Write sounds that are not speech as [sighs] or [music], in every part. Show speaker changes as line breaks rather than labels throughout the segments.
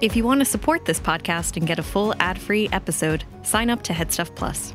If you want to support this podcast and get a full ad free episode, sign up to Headstuff Plus.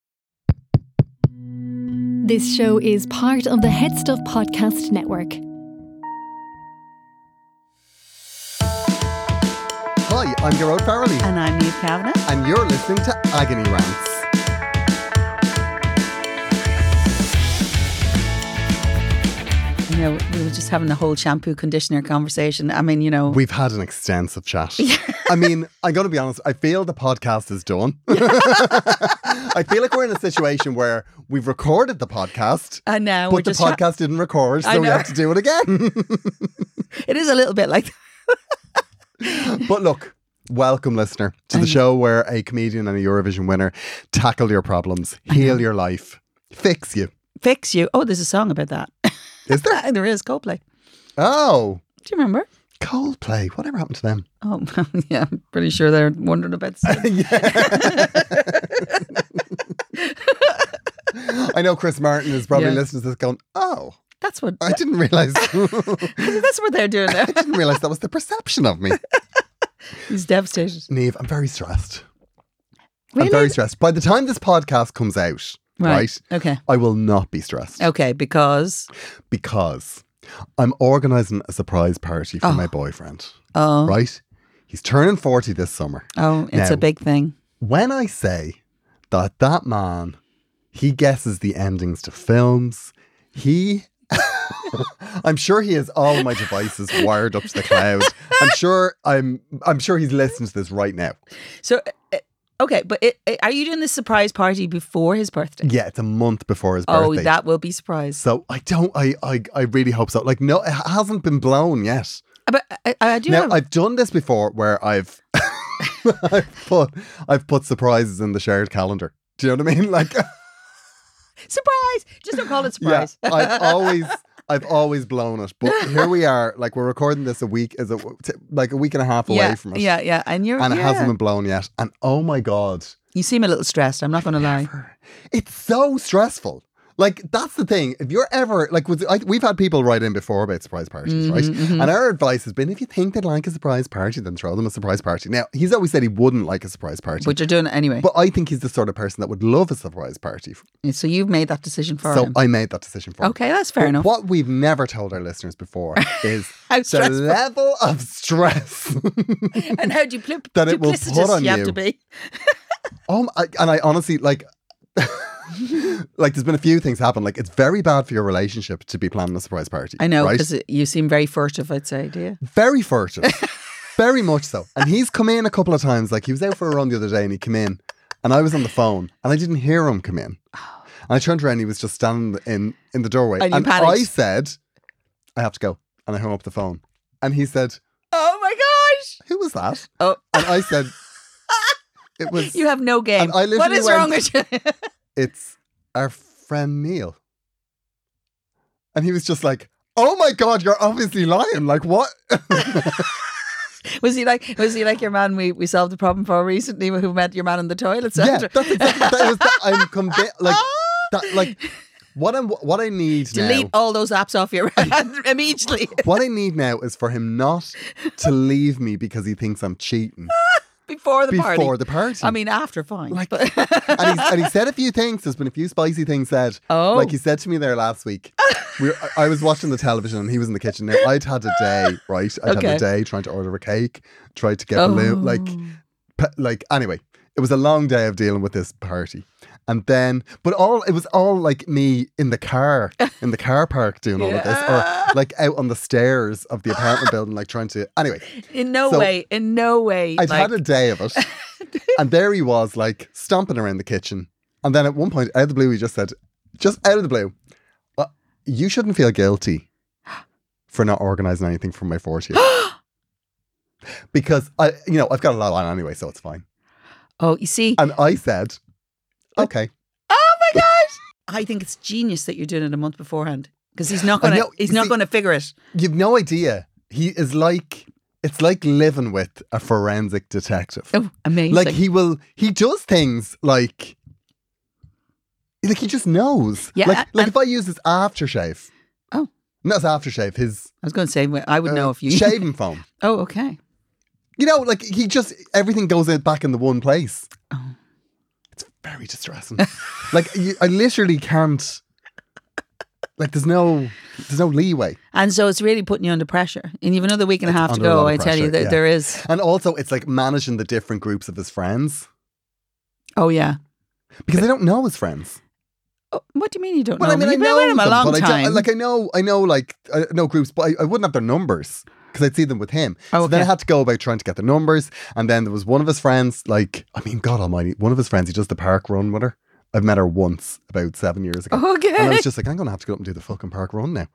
This show is part of the Head Stuff Podcast Network.
Hi, I'm Gerard Farrelly,
And I'm Neve Kavanagh.
and you're listening to Agony Rants.
You know, we were just having the whole shampoo conditioner conversation. I mean, you know,
We've had an extensive
[laughs]
chat. I mean, I got to be honest, I feel the podcast is done. [laughs] I feel like we're in a situation where we've recorded the podcast,
I know. we're
but the
just sha-
podcast didn't record,
I
so we
know.
have to do it again. [laughs]
it is a little bit like [laughs]
but look, welcome, listener, to the show where a comedian and a Eurovision winner tackle your problems, heal your life, fix you.
fix you. Oh, there's a song about that. [laughs]
Is there?
there is Coldplay.
Oh,
Do you remember?
Coldplay. Whatever happened to them?
Oh, [laughs] yeah. I'm pretty sure they're wondering about. Stuff.
[laughs] I know Chris Martin is probably
Yeah.
listening to this going, oh,
That's what. [laughs]
I didn't realize. [laughs]
That's what they're doing now.
I didn't realize that was the perception of
[laughs]
me.
He's devastated.
Neve, I'm very stressed.
Really?
I'm very stressed. By the time this podcast comes out, right,
Okay.
I will not be stressed
Okay. Because
because I'm organizing a surprise party for
Oh.
my boyfriend,
oh
right? He's turning 40 this summer.
oh, it's
Now-
a big thing.
When I say that that man, he guesses the endings to films, he. [laughs] I'm sure he has all my devices wired up to the cloud. I'm
[laughs]
sure I'm I'm sure he's listening to this right now.
So. uh, Okay, but it, it- are you doing this surprise party before his birthday?
Yeah, it's a month before his
Oh,
birthday.
that will be surprise.
So I don't. I, I I really hope so. Like no, it hasn't been blown yet.
but I, I do
now
have.
I've done this before where I've [laughs] I've put I've put surprises in the shared calendar. Do you know what I mean? Like [laughs]
Surprise! Just don't call it
yeah,
surprise. [laughs]
I've always I've always blown it. But here we are. Like we're recording this a week is a t- like a week and a half away
yeah,
from it.
Yeah, yeah. And you're
And it
yeah.
hasn't been blown yet. And oh my god,
You seem a little stressed, I'm not gonna lie.
it's so stressful. Like that's the thing. If you're ever like, was, I, we've had people write in before about surprise parties, right?
Mm-hmm,
And our advice has been, if you think they'd like a surprise party, then throw them a surprise party. Now he's always said he wouldn't like a surprise party,
But you're doing it anyway.
but I think he's the sort of person that would love a surprise party.
so you've made that decision for
so
him.
I made that decision for him.
okay, that's fair
But
enough.
What we've never told our listeners
[laughs]
before is
How
the
stressful.
level of stress.
[laughs]
[laughs]
and how do you plip
That it will put
duplicitous
on
have
you.
to be?
Oh, my, and I honestly like, [laughs] like there's been a few things happen. Like it's very bad for your relationship to be planning a surprise party.
I know,
right?
because you seem very furtive, I'd say, do you?
very furtive,
[laughs]
very much so. And he's come in a couple of times. Like he was out for a run the other day, and he came in, and I was on the phone, and I didn't hear him come in. And I turned around, and he was just standing in in the doorway,
Oh. And you panicked.
I said, "I have to go," and I hung up the phone. And he said,
Oh my gosh!
"Who was that?"
Oh. [laughs]
and I said, "It was
You have no game.
And I
what
literally
is wrong
went-
with you?
it's our friend Neil. And he was just like, oh my God, you're obviously lying. Like, what? [laughs]
[laughs] was he like was he like your man we, we solved the problem for recently who met your man in the toilet
yeah,
after?
that's exactly, that was the, I'm
[laughs]
convinced, like, that, like, what I'm, what I need
Delete
now,
all those apps off your [laughs]
[laughs]
immediately.
what I need now is for him not
[laughs]
to leave me because he thinks I'm cheating
Before the party.
before the party.
I mean after fine.
Like-
but [laughs]
and, he's, and he said a few things. There's been a few spicy things said.
Oh.
Like he said to me there last week. We were, I I was watching the television and he was in the kitchen. Now, I'd had a day, right? I'd had
Okay. Oh.
a day trying to order a cake, tried to get balloon. Like, pe- like, anyway, it was a long day of dealing with this party. And then, but all, it was all like me in the car, in the car park doing all of this,
[laughs]
or like out on the stairs of the apartment building, like trying to, anyway.
In no
So-
way, in no way.
I'd
like,
had a day of it. and there he was, like, stomping around the kitchen. And then at one point, out of the blue, he just said, just out of the blue, "Uh, you shouldn't feel guilty for not organizing anything for my 40th. because I, you know, I've got a lot on anyway, so it's fine.
Oh, you see,
And I said, okay.
oh my gosh! I think it's genius that you're doing it a month beforehand because he's
[laughs]
not
I
gonna
know,
he's
you
not
see-
gonna figure it.
You've no idea. He is like, it's like living with a forensic detective.
Oh, amazing!
like he will, he does things like, like he just knows.
Yeah,
Like, like
and-
if I use his aftershave.
Oh.
Not his aftershave, his
I was going to say well, I would know
uh,
if you
shaving foam.
[laughs] Oh, okay.
You know, like he just everything goes in, back in the one place.
Oh.
It's very distressing. [laughs] like you, I literally can't. Like there's no there's no leeway,
And so it's really putting you under pressure. And you've another week and a half to
under a lot
go.
of
I tell you
pressure,
that
yeah.
there is.
and also it's like managing the different groups of his friends
Oh yeah.
because I don't know his friends.
Oh, what do you mean you don't
Well,
know?
I mean, I
You've
know
been with him a
them,
long
but I
time.
don't, like I know I know like I know groups, but I, I wouldn't have their numbers because I'd see them with him.
Oh,
So then I
okay.
had to go about trying to get the numbers, and then there was one of his friends. Like I mean, God Almighty, one of his friends. He does the park run with her. I've met her once about seven years ago. And I
Oh, okay.
was just like, I'm going to have to go up and do the fucking park run now.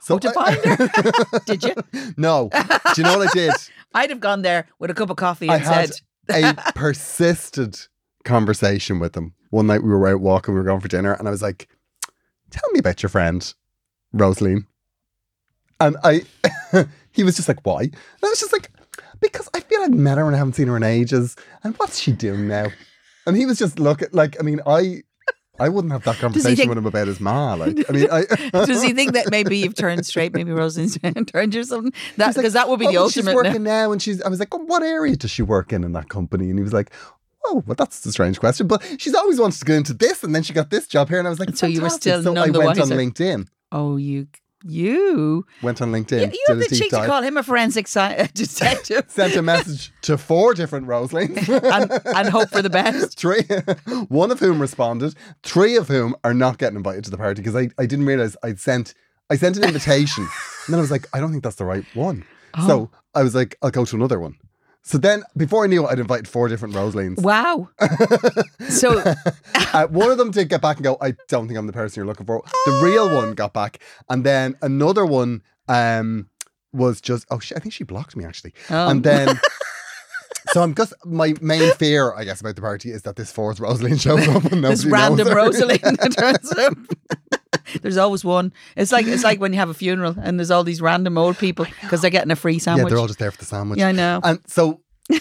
So
Oh, to
I-
find her. Did you?
[laughs] no. Do you know what I did?
I'd have gone there with a cup of coffee
I
and
had-
said,
A
[laughs]
persisted conversation with him. One night we were out walking, we were going for dinner, and I was like, Tell me about your friend, Rosaline. And I, [laughs] he was just like, Why? And I was just like, Because I feel I've met her and I haven't seen her in ages. And what's she doing now? And he was just looking, like, I mean, I. I wouldn't have that conversation
think-
with him about his ma. Like,
[laughs]
I mean, I, [laughs]
Does he think that maybe you've turned straight? Maybe Rosaline's [laughs] turned you or something? Because
He's like,
that would be
"Oh,
the
well,
ultimate.
She's working now, and she's. I was like, well, what area does she work in in that company? And he was like, oh, well, that's a strange question. But she's always wanted to go into this, and then she got this job here, and I was like,
So you were
fantastic.
still
So
none
I
the
went on
wiser.
LinkedIn.
Oh, you, you,
Went on
you,
LinkedIn.
you have
did a
the
deep
cheek to
dive,
call him a forensic sci- uh, [laughs] detective
Sent a message to four different
[laughs]
Rosalines.
and, and hope for the
[laughs]
best.
Three, one of whom responded. Three of whom are not getting invited to the party because I, I didn't realize I'd sent I sent an invitation and then I was like I don't think that's the right one. So I was like I'll go to another one. So then before I knew it, I'd invited four different Rosalines.
Wow.
[laughs]
so
uh, one of them did get back and go, I don't think I'm the person you're looking for. The real one got back. And then another one um, was just, oh, she, I think she blocked me actually.
Oh.
And
[laughs]
then. So I'm just my main fear, I guess, about the party is that this fourth Rosalind shows up and nobody
this
knows
random
her.
Rosalind turns up. [laughs] There's always one. It's like it's like when you have a funeral and there's all these random old people because they're getting a
[laughs]
free
Yeah,
sandwich.
they're all just there for the sandwich.
Yeah, I know.
And so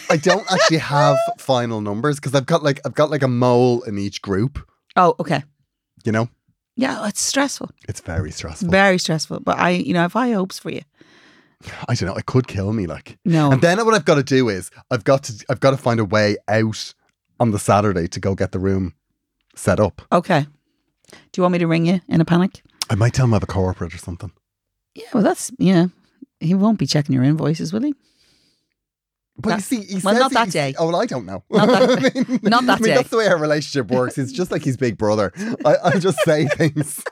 I don't actually have final numbers because I've got like I've got like a mole in each group.
oh, okay.
You know,
Yeah, it's stressful.
it's very stressful.
Very stressful. But I, you know, I have high hopes for you.
I don't know. It could kill me. Like
No.
And then what I've got to do is I've got to I've got to find a way out on the Saturday to go get the room set up.
Okay. Do you want me to ring you in a panic?
I might tell him I have a corporate or something.
Yeah, well, that's, yeah. He won't be checking your invoices, will he?
But
That-
you see, he
well,
says
not
he-
that
he-
day.
Oh, well, I don't know. [laughs]
Not that-
I mean,
not that
I mean,
day.
that's the way our relationship works. It's just like he's big brother. I, I just
[laughs]
say things.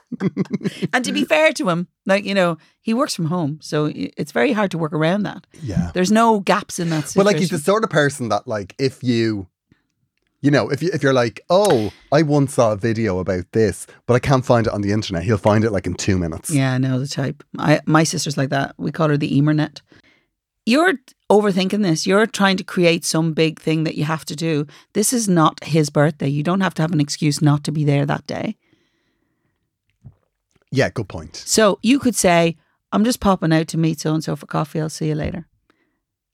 And to be fair to him, like, you know, he works from home. So i- it's very hard to work around that.
[laughs] Yeah.
There's no gaps in that
Well,
situation.
like he's the sort of person that, like, if you, you know, if you if you're like, oh, I once saw a video about this, but I can't find it on the internet. He'll find it like in two minutes.
Yeah, I know the type. I, my sister's like that. We call her the Emernet. You're overthinking this. You're trying to create some big thing that you have to do. This is not his birthday. You don't have to have an excuse not to be there that day.
Yeah. Good point.
So you could say, I'm just popping out to meet so and so for coffee. I'll see you later.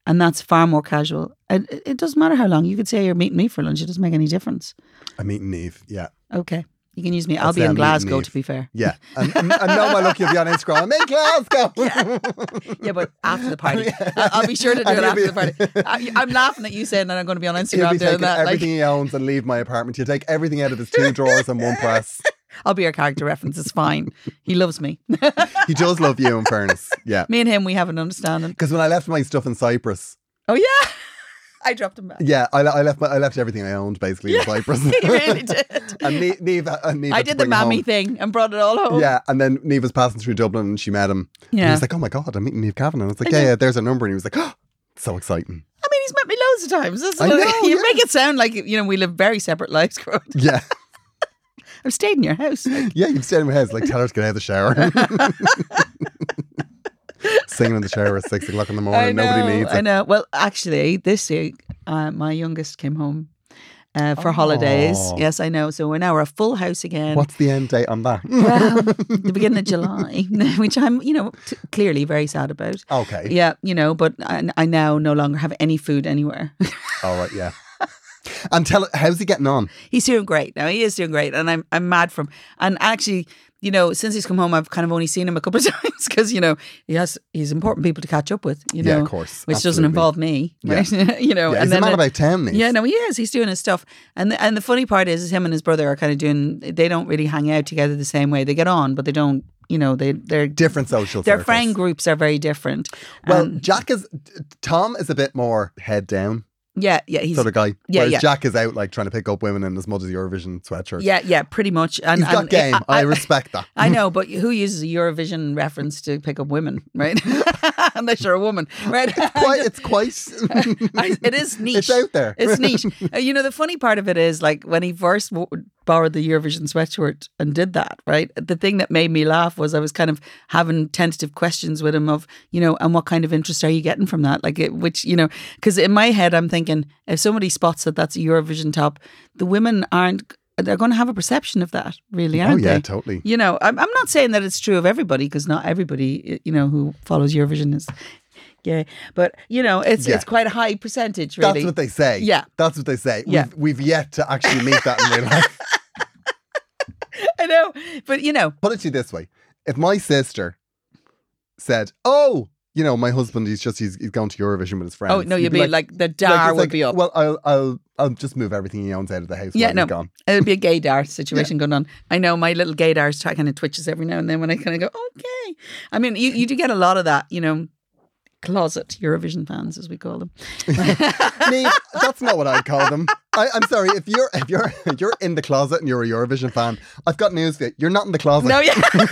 And that's far more casual. And it it doesn't matter how long. You could say you're meeting me for lunch. It doesn't make any difference.
I'm eating Eve. Yeah.
Okay. You can use me. I'll
That's
be
how
in
I'm meeting
Glasgow,
Eve.
to be
[laughs]
fair.
Yeah. And, and, and now my luck, you'll be on Instagram. I'm in Glasgow.
[laughs]
[laughs]
Yeah, but after the party. I- I'll be sure to do
And
it
you'll
after
be-
the party.
[laughs]
I, I'm laughing at you saying that I'm going to be on
He'll be
Instagram doing
taking
that.
everything
Like,
he owns and leave my apartment. He'll take everything out of his two drawers and one press.
I'll be your character reference. It's fine. He loves me. [laughs]
He does love you, in fairness. Yeah.
me and him, we have an understanding.
Because when I left my stuff in Cyprus,
Oh, yeah. [laughs] I dropped him back.
yeah, I, le- I left my, I left everything I owned basically in
[laughs]
Cyprus.
He
[laughs]
really did.
and Neve, Neve, and Neve
I
had to
did the
bring him
mammy
home.
thing and brought it all home.
Yeah, and then Neve was passing through Dublin and she met him. And he
Yeah.
was like, "Oh my god, I'm meeting Neve Cavan." And I was like, "Yeah, yeah, there's a number." And he was like, "Oh, so exciting."
I mean, he's met me loads of times. That's
I
what-
know,
you
yeah.
make it sound like, you know, we live very separate lives, [laughs] Crow.
Yeah,
I've stayed in your house. [laughs]
yeah, you'd stand in my house like, "Tell her to get out of the shower." singing in the shower at six o'clock in the morning. Nobody needs
I
it.
know. Well, actually, this year, uh, my youngest came home uh, for holidays.
Oh.
Yes, I know. So we're now a full house again.
What's the end date on that?
[laughs] Well, the beginning of July, [laughs] which I'm, you know, t- clearly very sad about.
okay.
Yeah, you know, but I, I now no longer have any food anywhere. [laughs]
All right. Yeah. And tell how's he getting on?
he's doing great now. He is doing great, and I'm I'm mad for him. And actually, you know, since he's come home, I've kind of only seen him a couple of [laughs] times because you know he has he's important people to catch up with. You know,
yeah, of course.
which doesn't
absolutely.
involve me,
Yeah.
right? [laughs] you know,
Yeah,
Oh, and
he's
then
a man about town. Niamh.
yeah, no, he is. He's doing his stuff, and the, and the funny part is, is him and his brother are kind of doing. They don't really hang out together the same way. They get on, but they don't. You know, they they're
different social.
Their
circles.
friend groups are very different.
Well,
Um,
Jack is Tom is a bit more head down
yeah, yeah, he's
sort of guy.
yeah,
whereas
yeah.
Jack is out like trying to pick up women in as much as Eurovision sweatshirt.
yeah, yeah, pretty much. And,
he's got
and
game. I,
I-
respect that.
[laughs] I know, but who uses a Eurovision reference to pick up women, right? [laughs] Unless you're a woman, right?
[laughs] Quite,
[laughs]
it's quite.
I- it is niche.
It's out there. [laughs]
It's niche. Uh, you know, the funny part of it is like when he first w- borrowed the Eurovision sweatshirt and did that, right? The thing that made me laugh was I was kind of having tentative questions with him of, you know, and what kind of interest are you getting from that? Like, it, which, you know, because in my head, I'm thinking if somebody spots that that's a Eurovision top, the women aren't, they're going to have a perception of that, really,
oh
aren't
yeah,
they?
totally.
You know, I'm, I'm not saying that it's true of everybody because not everybody, you know, who follows Eurovision is gay. But you know, it's
Yeah.
it's quite a high percentage, really.
That's what they say.
Yeah.
that's what they say.
Yeah.
We've, we've yet to actually meet that in real
[laughs]
life.
[laughs] I know, but you know,
Put it to you this way: if my sister said, "Oh, you know, my husband, he's just he's, he's going to Eurovision with his friends,"
oh no, you'd be like, the
like,
dar
it's
would
like,
be up.
Well, I'll I'll I'll just move everything he owns out of the house.
Yeah,
while
no.
he's
[laughs]
gone.
It'd be a gaydar situation going on. I know my little gaydar is kind of twitches every now and then when I kind of go, okay. I mean, you, you do get a lot of that, you know, closet Eurovision fans, as we call them.
Niamh, that's not what I call them. I, I'm sorry if you're if you're [laughs] if you're in the closet and you're a Eurovision fan. I've got news for you. You're not in the closet.
No, yeah.
[laughs]
[laughs] but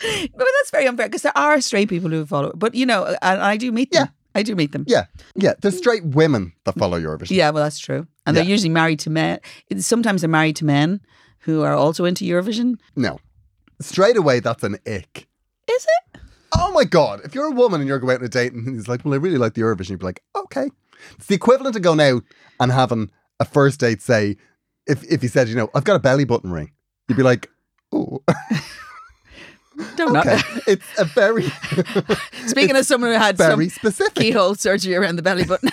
that's very unfair because there are straight people who follow it. But you know, and I do meet them. I do meet them.
Yeah, yeah. There's straight women that follow Eurovision.
Yeah, well, that's true. And
Yeah.
they're usually married to men. Sometimes they're married to men who are also into Eurovision.
No, straight away that's an ick.
Is it?
Oh my god! If you're a woman and you're going out on a date and he's like, "Well, I really like the Eurovision," you'd be like, "Okay." It's the equivalent of going out and having a first date say, if if he said, "You know, I've got a belly button ring," you'd be like, "Oh,
Don't [laughs]
okay." it's a very
know. Speaking of someone who had
very [laughs]
some
specific.
keyhole surgery around the belly button.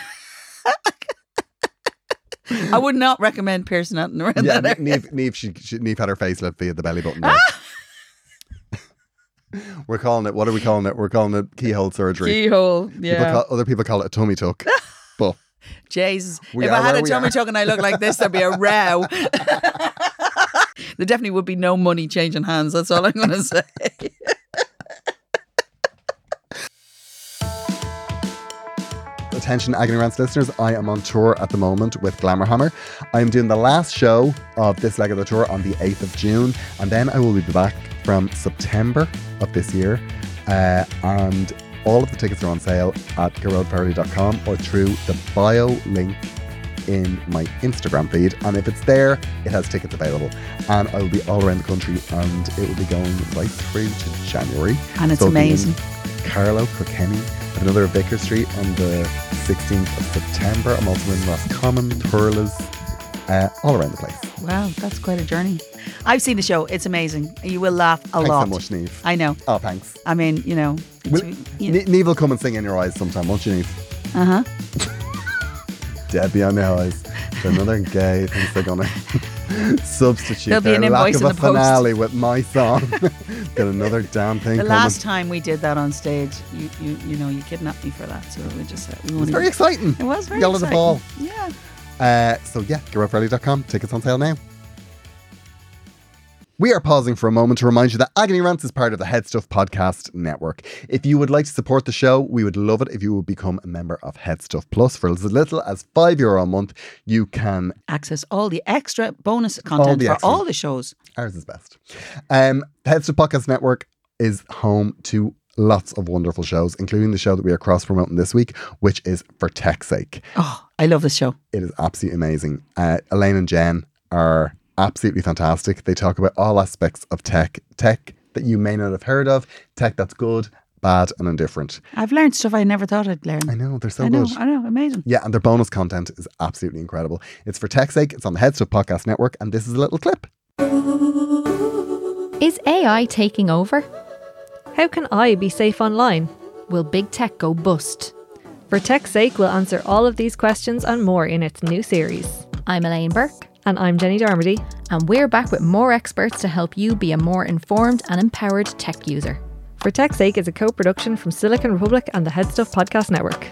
[laughs] I would not recommend piercing that around [laughs]
Yeah,
that.
Neve,
area.
Neve, Neve, she, she, Neve had her facelift via the belly button. ring. [laughs] We're calling it. What are we calling it? We're calling it keyhole surgery.
Keyhole.
People
Yeah.
call, other people call it a tummy tuck. but
Jesus.
We
if
are
I had
where
a
we
tummy
are.
tuck and I looked like this, there'd
[laughs]
be a row. [laughs] there definitely would be no money changing hands. That's all I'm going to [laughs] say.
Attention, Agony Rants listeners, I am on tour at the moment with Glamour Hammer. I'm doing the last show of this leg of the tour on the 8th of June, and then I will be back from September of this year. Uh, and all of the tickets are on sale at garodparody.com or through the bio link in my Instagram feed. And if it's there, it has tickets available. And I will be all around the country, and it will be going right through to January.
And it's
So it'll be in
amazing.
Carlow, Kilkenny, at another at Vicker Street on the 16th of September. I'm also in Roscommon, Thurles, uh, all around the place.
Wow, that's quite a journey. I've seen the show. It's amazing. You will laugh a
thanks
lot.
so much, Neve.
I know.
oh, thanks.
I mean, you know.
Will,
you
Ne- Neve will come and sing in your eyes sometime, won't you, Neve? [laughs]
uh huh.
Debbie on your eyes. Another gay thinks they're gonna [laughs] substitute
There'll be
their
an
lack
invoice
of
in
a
the post.
finale with my song. [laughs] Got another damn thing
The
coming.
last time we did that on stage, you you you know, you kidnapped me for that. So we just uh, we
it's
won't
very
even-
exciting.
It was very
Yell at the
exciting.
ball.
Yeah.
Uh, so yeah, GoRoadFriday.com. Tickets on sale now. We are pausing for a moment to remind you that Agony Rants is part of the Head Stuff Podcast Network. If you would like to support the show, we would love it if you would become a member of Head Stuff Plus for as little as five euro a month. You can
Access all the extra bonus content
the
for
extra.
all the shows.
Ours is best. Um, the Headstuff Podcast Network is home to lots of wonderful shows, including the show that we are cross promoting this week, which is For Tech's Sake.
Oh, I love this show.
It is absolutely amazing. Uh, Elaine and Jen are absolutely fantastic. They talk about all aspects of tech, tech that you may not have heard of, tech that's good, bad, and indifferent.
I've learned stuff I never thought I'd learn.
I know, they're so
I know,
good.
I know, amazing.
Yeah, and their bonus content is absolutely incredible. It's for tech's sake, it's on the Headstuff Podcast Network, and this is a little clip.
Is AI taking over?
How can I be safe online?
Will big tech go bust?
For tech's sake, we'll answer all of these questions and more in its new series.
I'm Elaine Burke,
And I'm Jenny Darmody.
and we're back with more experts to help you be a more informed and empowered tech user.
For tech's sake is a co-production from Silicon Republic and the Headstuff Podcast Network.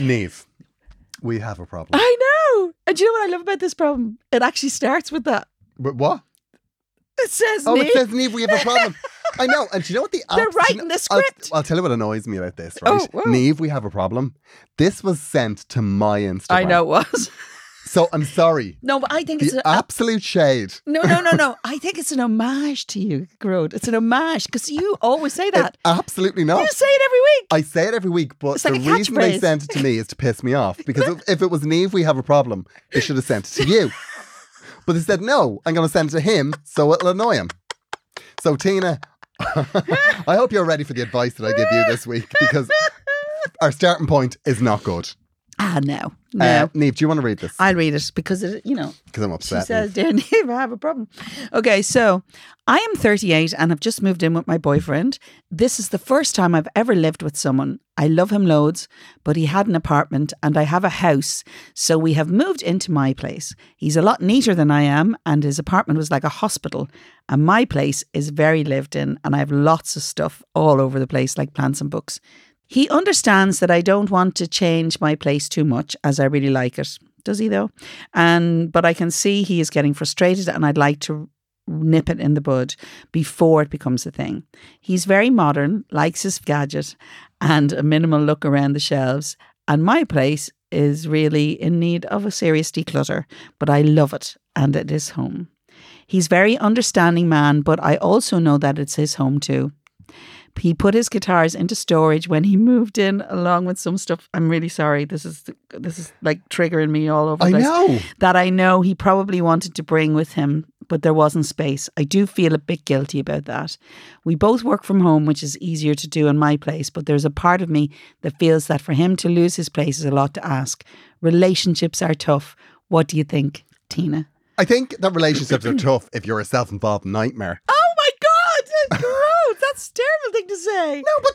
Neve, we have a problem.
I know. And do you know what I love about this problem? It actually starts with that.
But what?
It says
Oh,
me.
it says Neve, we have a
[laughs]
problem. I know. And do you know what the
They're
abs- do you
writing
know-
the
I'll-
script. Oh,
I'll, tell you what annoys me about this, right?
wow.
Neve, we have a problem. This was sent to my Instagram.
I know it was. [laughs]
So I'm sorry.
No, but I think it's
The
a,
absolute shade.
no, no, no, no. I think it's an homage to you, Grode. It's an homage because you always say that.
Absolutely
you
not.
say it every week.
I say it every week, but
It's like
the
a
reason they
catchphrase.
sent it to me is to piss me off. Because if, if it was Neve, we have a problem, they should have sent it to
[laughs]
you. But they said, no, I'm going to send it to him, so it'll annoy him. So, Tina, [laughs] I hope you're ready for the advice that I give you this week because
[laughs]
our starting point is not good.
Ah, no, no.
Uh, Neve, do you want to read this?
I'll read it because it, you know,
Because I'm
She
upset.
says, Dear neighbor, I have a problem. Okay, so I am 38 and I've just moved in with my boyfriend. This is the first time I've ever lived with someone. I love him loads, but he had an apartment and I have a house. So we have moved into my place. He's a lot neater than I am, and his apartment was like a hospital. And my place is very lived in, and I have lots of stuff all over the place, like plants and books. He understands that I don't want to change my place too much as I really like it. Does he though? And but I can see he is getting frustrated and I'd like to nip it in the bud before it becomes a thing. He's very modern, likes his gadget and a minimal look around the shelves, and my place is really in need of a serious declutter, but I love it and it is home. He's very understanding man, but I also know that it's his home too he put his guitars into storage when he moved in along with some stuff i'm really sorry this is this is like triggering me all over
I
the place
know.
that i know he probably wanted to bring with him but there wasn't space i do feel a bit guilty about that we both work from home which is easier to do in my place but there's a part of me that feels that for him to lose his place is a lot to ask relationships are tough what do you think tina
I think that relationships
[clears throat]
are tough if you're a self involved nightmare.
oh my god that's [laughs] gross that's a terrible thing to say
No, but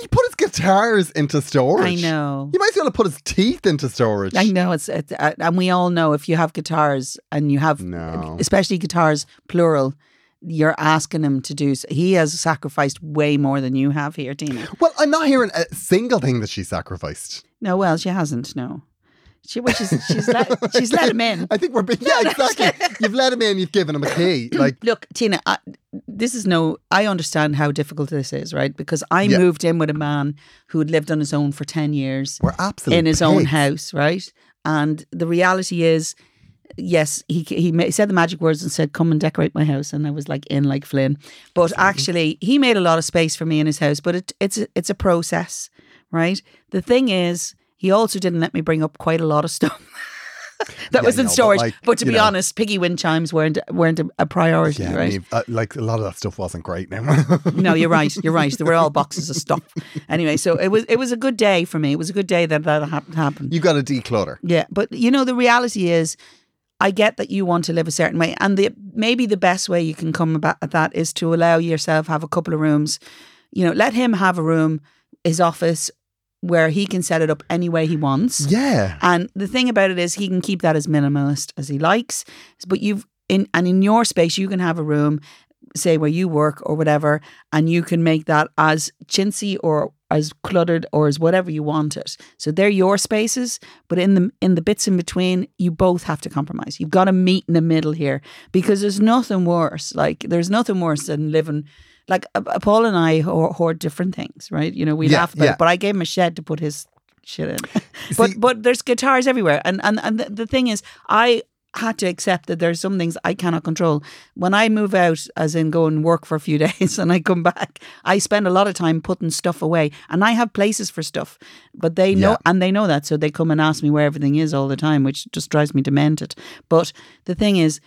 he put his guitars into storage.
i know
He might as well have put his teeth into storage.
I know it's, it's uh, and we all know if you have guitars and you have,
No.
especially guitars plural, you're asking him to do. s- He has sacrificed way more than you have here, Tina.
Well, I'm not hearing a single thing that she sacrificed.
No, well, she hasn't. No, she well, she's she's let she's let him
[laughs]
in.
I think we're
[laughs]
being, yeah, exactly. you've let him in, you've given him a key. Like,
Look, Tina, I, this is no. I understand how difficult this is, right? Because I
Yeah.
moved in with a man who had lived on his own for ten years.
we're absolutely.
in his own house, right? And the reality is, yes, he he ma- said the magic words and said, "Come and decorate my house," and I was like in like Flynn. But actually, he made a lot of space for me in his house. But it, it's a- it's a process, right? The thing is, he also didn't let me bring up quite a lot of stuff. [laughs] That
Yeah,
was in
no, but
storage, but,
like,
to
you
be
know-
honest, piggy wind chimes weren't weren't a, a priority,
Yeah,
right?
[laughs] and he- uh, like a lot of that stuff wasn't great now. [laughs]
no, you're right. You're right. They were all boxes of stuff. Anyway, so it was it was a good day for me. It was a good day that that hap- happened.
you got to declutter.
Yeah, but you know the reality is, I get that you want to live a certain way, and the maybe the best way you can come about at that is to allow yourself have a couple of rooms. You know, let him have a room, his office, where he can set it up any way he wants.
Yeah.
And the thing about it is, he can keep that as minimalist as he likes. But you've in and in your space, you can have a room, say where you work or whatever, and you can make that as chintzy or as cluttered or as whatever you want it. So they're your spaces, but in the in the bits in between, you both have to compromise. You've got to meet in the middle here because there's nothing worse. Like there's nothing worse than living. Like uh, uh, Paul and I hoard, hoard different things, right? You know, we
Yeah,
laugh about
yeah.
it, but I gave him a shed to put his shit in. but but there's guitars everywhere, and and and the, the thing is, I had to accept that there's some things I cannot control. When I move out, as in go and work for a few [laughs] days and I come back, I spend a lot of time putting stuff away and I have places for stuff, but they know,
Yeah.
and they know that. So they come and ask me where everything is all the time, which just drives me demented. But the thing is,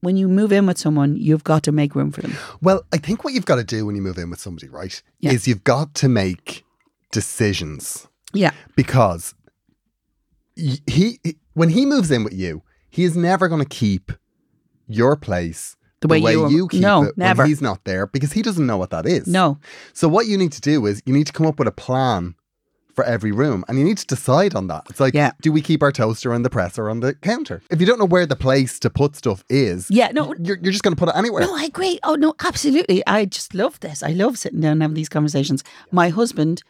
when you move in with someone, you've got to make room for them.
Well, I think what you've got to do when you move in with somebody, right,
Yeah.
is you've got to make decisions
Yeah.
because y- he, he- when he moves in with you, he is never going to keep your place
The way you-
keep
no,
it
never.
when he's not there because he doesn't know what that is.
No.
So what you need to do is you need to come up with a plan for every room and you need to decide on that. It's like
Yeah.
do we keep our toaster on the presser on the counter? If you don't know where the place to put stuff is,
Yeah. No.
you're, you're just going to put it anywhere.
No, I agree. Oh no, absolutely. I just love this. I love sitting down and having these conversations. My husband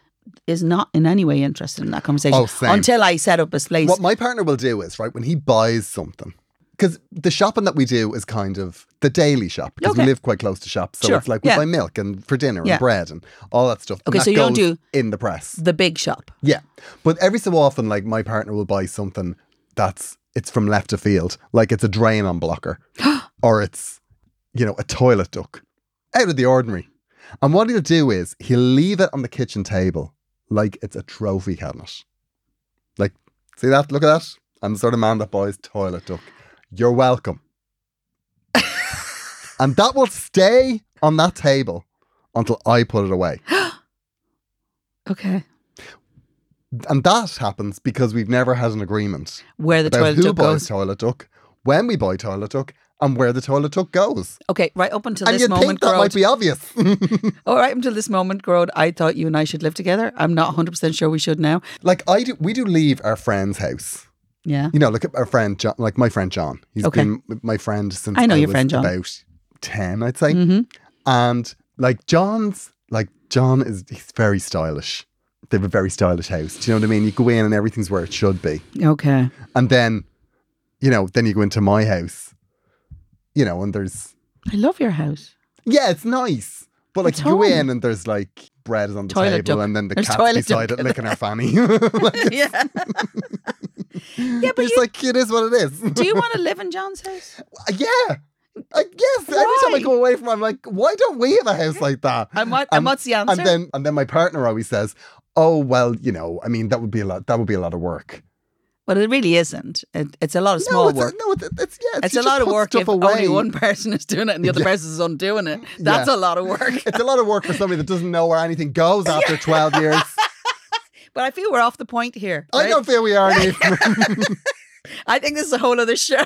is not in any way interested in that conversation
Oh, same.
until I set up a place.
What my partner will do is, right, when he buys something, because the shopping that we do is kind of the daily shop, because
Okay.
we live quite close to shops. So
Sure,
it's like we
yeah.
buy milk and for dinner
Yeah.
and bread and all that stuff. and
Okay,
that
so you don't
goes
do-
in the press.
the big shop.
Yeah. But every so often, like my partner will buy something that's it's from left of field, like it's a drain on blocker or it's, you know, a toilet duck out of the ordinary. And what he'll do is he'll leave it on the kitchen table like it's a trophy cabinet. Like, see that? Look at that. I'm the sort of man that buys toilet duck. You're welcome. and that will stay on that table until I put it away.
Okay.
And that happens because we've never had an agreement
Where the
about
toilet
who
duck
buys
goes.
toilet duck, when we buy toilet duck, and where the toilet duck goes.
Okay, right up until
and
this
you'd
moment,
think that
Gerard.
might be obvious. [laughs]
Oh, right up until this moment, Grode, I thought you and I should live together. I'm not 100% sure we should now.
like I do, we do leave our friend's house.
Yeah.
You know, look at our friend John, like my friend John. He's
Okay.
been my friend since
I know your
was
friend John. Mm-hmm.
About ten, I'd say. And like John's, like John is he's very stylish. They have a very stylish house. Do you know what I mean? You go in and everything's where it should be.
Okay.
And then, you know, then you go into my house, you know, and there's,
I love your house.
yeah, it's nice. But like
It's
you go
home.
in and there's like bread is on the
Toilet
table
duck.
and then the
There's
cat's
toilet
beside
duck.
it licking her
[laughs]
fanny. [laughs] like,
[laughs] Yeah. yeah, but
it's
you,
like, it is what it is. [laughs]
do you want to live in John's house?
yeah. I guess anytime
Why?
I go away from, I'm like, why don't we have a house like that?
And, what, and, what's the answer?
And then and then my partner always says, "Oh well, you know, I mean, that would be a lot. That would be a lot of work.
well, it really isn't. It, it's a lot of small
no, it's
work.
A, no, it's, it's yeah,
It's
you
a
just
lot of
put
work
stuff
if
away.
only one [laughs] person is doing it and the other
Yeah.
person is undoing it. That's
Yeah.
a lot
[laughs]
of work.
It's a lot of work for somebody that doesn't know where anything goes after 12
[laughs]
years.
But I feel we're off the point here.
I
right?
don't feel we are. Niamh. [laughs]
I think this is a whole other [laughs] show.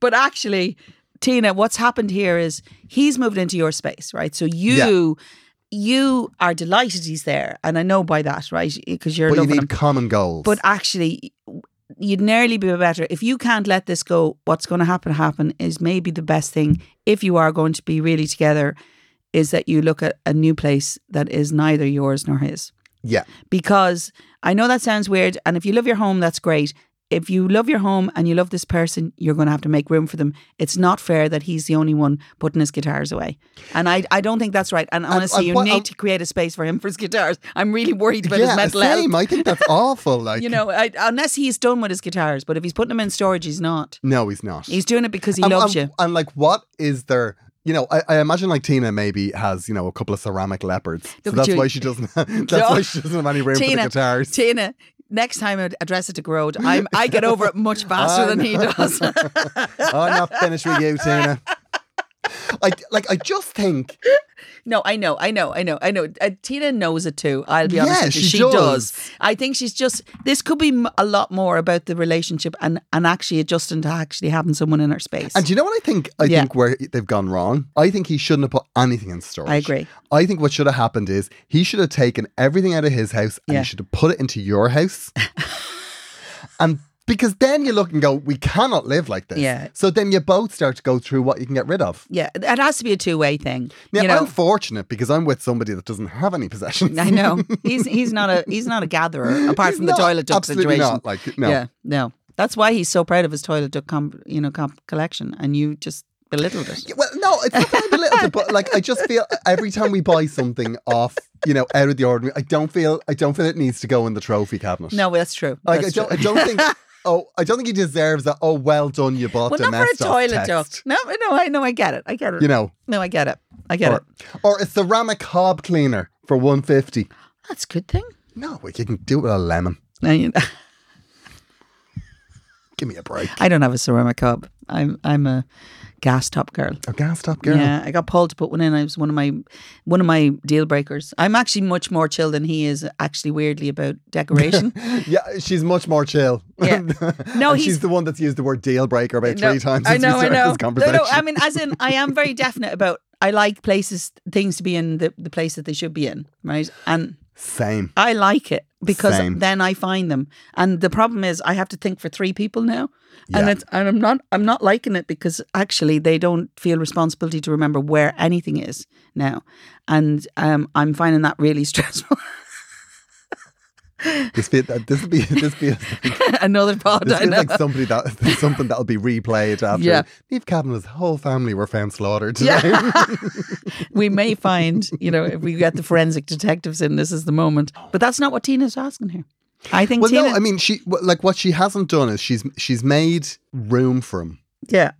but actually, Tina, what's happened here is he's moved into your space, right? So you you are delighted he's there, and I know by that, right? Because you're
but you
loving
need
him.
common goals.
But actually, you'd nearly be better if you can't let this go. What's going to happen? Happen is maybe the best thing if you are going to be really together. Is that you look at a new place that is neither yours nor his
yeah,
because I know that sounds weird. And if you love your home, that's great. If you love your home and you love this person, you're going to have to make room for them. It's not fair that he's the only one putting his guitars away. And I, I don't think that's right. And honestly,
and
you
what-
need
I'll-
to create a space for him for his guitars. I'm really worried about his
yeah,
mental
same.
health.
I think
[laughs]
that's awful. Like,
You know, I, unless he's done with his guitars, but if he's putting them in storage, he's not.
no, he's not.
He's doing it because he
And-
loves
and,
you.
And like, what is there? You know, I, I imagine like Tina maybe has you know a couple of ceramic leopards, so
Look at
that's
you.
why she doesn't. [laughs] that's
No.
why she doesn't have any room for the guitars.
[laughs] Tina, next time I address it to Grode, I'm, I get over it much
[laughs]
faster
I
than he does. [laughs]
I'm not finished with you, Tina. I like. I just think
No, I know, I know, I know, I know. Uh, Tina knows it too. I'll be honest
Yeah,
with you.
she
She does.
does.
I think she's just. This could be m- a lot more about the relationship and and actually adjusting to actually having someone in her space.
And do you know what I think? I
Yeah.
think where they've gone wrong. I think he shouldn't have put anything in storage.
I agree.
I think what should have happened is he should have taken everything out of his house and
Yeah.
he should have put it into your
[laughs]
house. and because then you look and go, we cannot live like this.
Yeah.
So then you both start to go through what you can get rid of.
yeah, it has to be a two way thing.
Now
you know.
I'm fortunate because I'm with somebody that doesn't have any possessions. [laughs]
I know he's he's not a he's not a gatherer apart
He's
from
not-
the toilet duck
absolutely
situation.
not, like, no.
Yeah, no. That's why he's so proud of his toilet duck, com- you know, com- collection, and you just belittled it.
Yeah, Well, no, it's not that I belittle it, but like I just feel every time we buy something off, you know, out of the ordinary, I don't feel I don't feel it needs to go in the trophy cabinet.
No, that's true.
Like [laughs]
That's
I don't,
true. [laughs]
I don't think oh, I don't think he deserves that. Oh, well done, you bought
Well,
the
not for a
messed up
toilet
text.
joke. No, no, I no, I get it. I get it.
You know,
no, I get it. I get
or,
it.
or a ceramic hob cleaner for one fifty.
That's a good thing.
No, you can do it with a lemon.
Now you-
Give me a break.
[laughs] I don't have a ceramic hob. I'm I'm a gas top girl.
A gas top girl.
Yeah, I got Paul to put one in. I was one of my one of my deal breakers. I'm actually much more chill than he is. Actually, weirdly about
[laughs]
decoration. [laughs]
Yeah, she's much more chill. [laughs]
Yeah. No,
And
he's-
she's the one that's used the word deal breaker about
No,
three times.
I
since we
know, I
started
know.
This conversation.
No, no, I mean, as in, I am very definite about. I like places, things to be in the, the place that they should be in, right? And
Same.
I like it because
Same.
then I find them. And the problem is, I have to think for three people now, and
Yeah.
it's, and I'm not I'm not liking it because actually they don't feel responsibility to remember where anything is now, and um, I'm finding that really [laughs] stressful.
This feels. This will be. [laughs] This
[laughs]
feels. Like,
Another part,
this
I
feels
know.
like somebody that something that'll be replayed after.
Yeah.
Neve Kavanagh's whole family were found slaughtered today.
Yeah. we may find, you know, if we get the forensic detectives in, this is the moment. But that's not what Tina's asking here. I think
Well,
Tina.
no, I mean, she well, like what she hasn't done is she's she's made room for him,
yeah.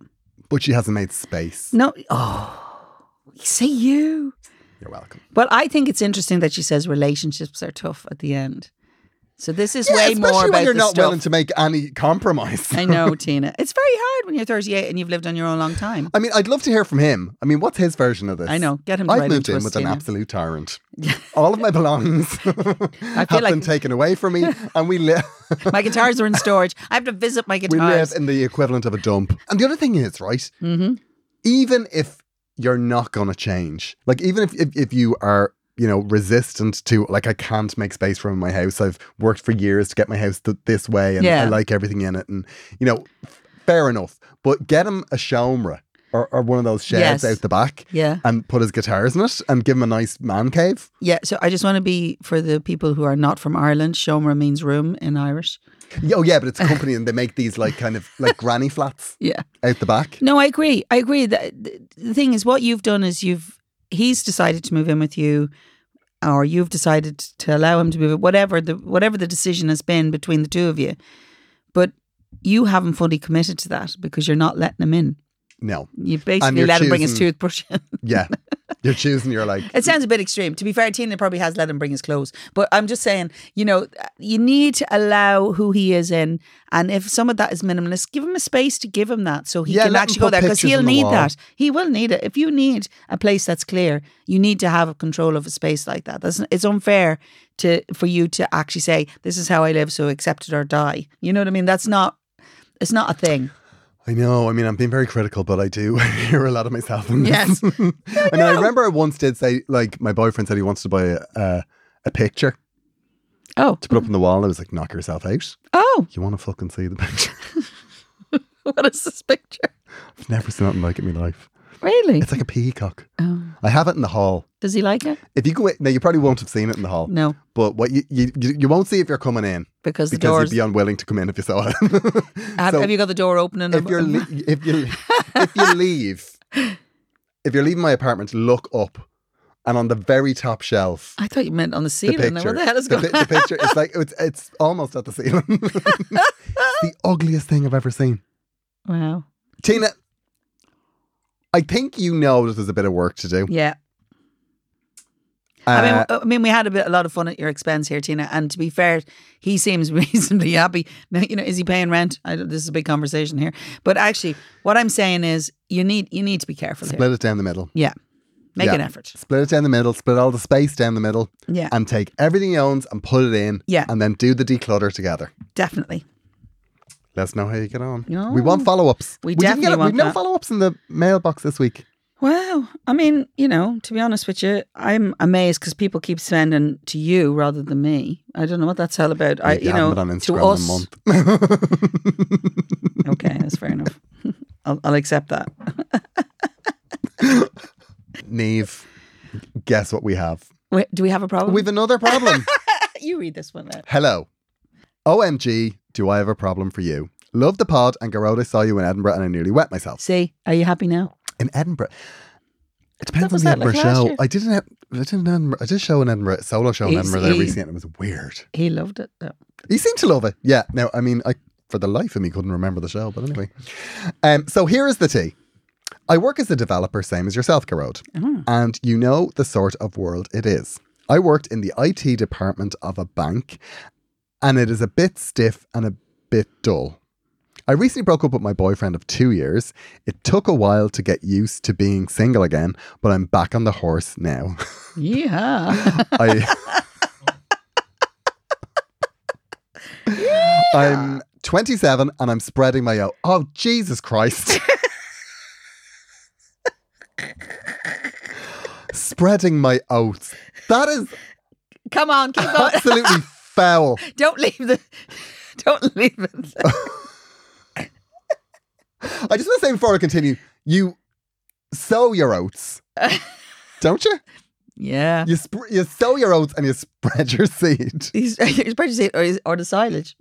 but she hasn't made space.
No. Oh, say you.
You're welcome.
Well, I think it's interesting that she says relationships are tough at the end. So this is way
especially
more about
when you're
the
not
stuff.
willing to make any compromise.
I know, Tina. It's very hard when you're 38 and you've lived on your own a long time.
[laughs] I mean, I'd love to hear from him. I mean, what's his version of this?
I know. Get him to
I've
write
moved
into
in
us,
with an
Tina.
absolute
[laughs]
tyrant. All of my belongings [laughs] have been
like-
taken away from
[laughs]
me, and we live.
My guitars are in storage. I have to visit my
we live
guitars.
in the equivalent of a dump. And the other thing is, right?
Mm-hmm.
Even if you're not going to change, like even if, if if you are, you know, resistant to like I can't make space for him in my house. I've worked for years to get my house th- this way, and
Yeah.
I like everything in it, and you know, fair enough. But get him a showmra or, or one of those sheds
Yes.
out the back.
Yeah.
And put his guitars in it and give him a nice man cave.
Yeah, so I just want to be for the people who are not from Ireland. Shomra means room in Irish.
Yeah, Oh, yeah, but it's a company and they make these like kind of like granny flats
Yeah.
out the
[laughs]
back.
No, I agree. I agree. That th- the thing is, what you've done is you've he's decided to move in with you, or you've decided to allow him to move. in, Whatever the whatever the decision has been between the two of you, but you haven't fully committed to that because you're not letting him in.
No.
You basically
you're
let him bring his
choosing-
toothbrush in.
Yeah. You're choosing, you're like,
It sounds a bit extreme. To be fair, Tina probably has let him bring his clothes. But I'm just saying, you know, you need to allow who he is in. And if some of that is minimalist, give him a space to give him that so he
Yeah,
can
let him
actually go
put
there because
pictures
he'll
on the
need
wall.
that. He will need it. If you need a place that's clear, you need to have control of a space like that. That's, it's unfair to for you to actually say, this is how I live, so accept it or die. You know what I mean? That's not, it's not
[laughs]
a thing.
I know. I mean, I'm being very critical, but I do [laughs] hear a lot of myself in this.
Yes.
and I remember I once did say, like, my boyfriend said he wants to buy a, a, a picture
Oh,
to put up on the wall. I was like, knock yourself out.
oh, [laughs]
You want to fucking see the [laughs] picture?
what is this picture?
I've never seen nothing like it in my life.
Really?
It's like a peacock.
Oh.
I have it in the hall.
Does he like it?
If you go in, now you probably won't have seen it in the hall.
No,
But what you, you, you you won't see if you're coming in
because the
because
doors.
you'd be unwilling to come in if you saw it. [laughs]
Have,
So-
have you got the door open? And
if you're le- if you if you leave if you're leaving my apartment, look up, and on the very top shelf,
[laughs] I thought you meant on the
the
ceiling.
picture.
What the hell is going?
pi- the picture is like it's it's almost at the
[laughs]
ceiling. It's the ugliest thing I've ever seen,
Wow.
Tina. I think you know that there's a bit of work to do.
Yeah. I mean,
Uh,
I mean, we had a bit, a lot of fun at your expense here, Tina. And to be fair, he seems [laughs] reasonably happy. Now, you know, is he paying rent? I, don't- this is a big conversation here. But actually, what I'm saying is, you need you need to be careful here.
Uh, split it down the middle.
Yeah, make
Yeah.
an effort.
Split it down the middle. Split all the space down the middle.
Yeah.
And take everything he owns and put it in.
Yeah.
And then do the declutter together.
Definitely.
Let us know how you get on.
Yeah.
We want follow ups.
Oh, We
didn't
definitely
get,
want
We've no
that.
follow ups in the mailbox this week.
Wow. I mean, you know, to be honest with you, I'm amazed because people keep sending to you rather than me. I don't know what that's all about. I,
Like,
you know,
haven't been on
to
Instagram
us,
in a month.
Okay, that's fair enough. I'll, I'll accept that.
[laughs] Neve, guess what we have?
Wait, do we have a problem?
We've another
[laughs]
problem.
you read this one uh, out.
Hello. OMG, do I have a problem for you? Love the pod and Garrod, I saw you in Edinburgh and I nearly wet myself.
See, are you happy now?
In Edinburgh. It depends on
was
the
that, like,
Edinburgh
last
show.
year?
I didn't have, I didn't Edinburgh, I did a show in Edinburgh, a solo show in
He's-
Edinburgh there
he-
recently and it was weird.
He loved it though.
He seemed to love it. Yeah. Now, I mean, I for the life of me couldn't remember the show, but anyway. Um, so here is the tea. I work as a developer, same as yourself, Garode. And you know the sort of world it is. I worked in the IT department of a bank, and it is a bit stiff and a bit dull. I recently broke up with my boyfriend of two years. It took a while to get used to being single again, but I'm back on the horse now.
[laughs] Yeah.
I. I'm 27 and I'm spreading my out. Oh, Jesus Christ. spreading my oats. That is
Come on, keep going.
absolutely foul.
don't leave the. Don't leave it.
I just want to say before I continue, you sow your oats, don't you?
Yeah.
You sp- you sow your oats and you spread your seed.
He's, he's better to say, or, his- or the silage.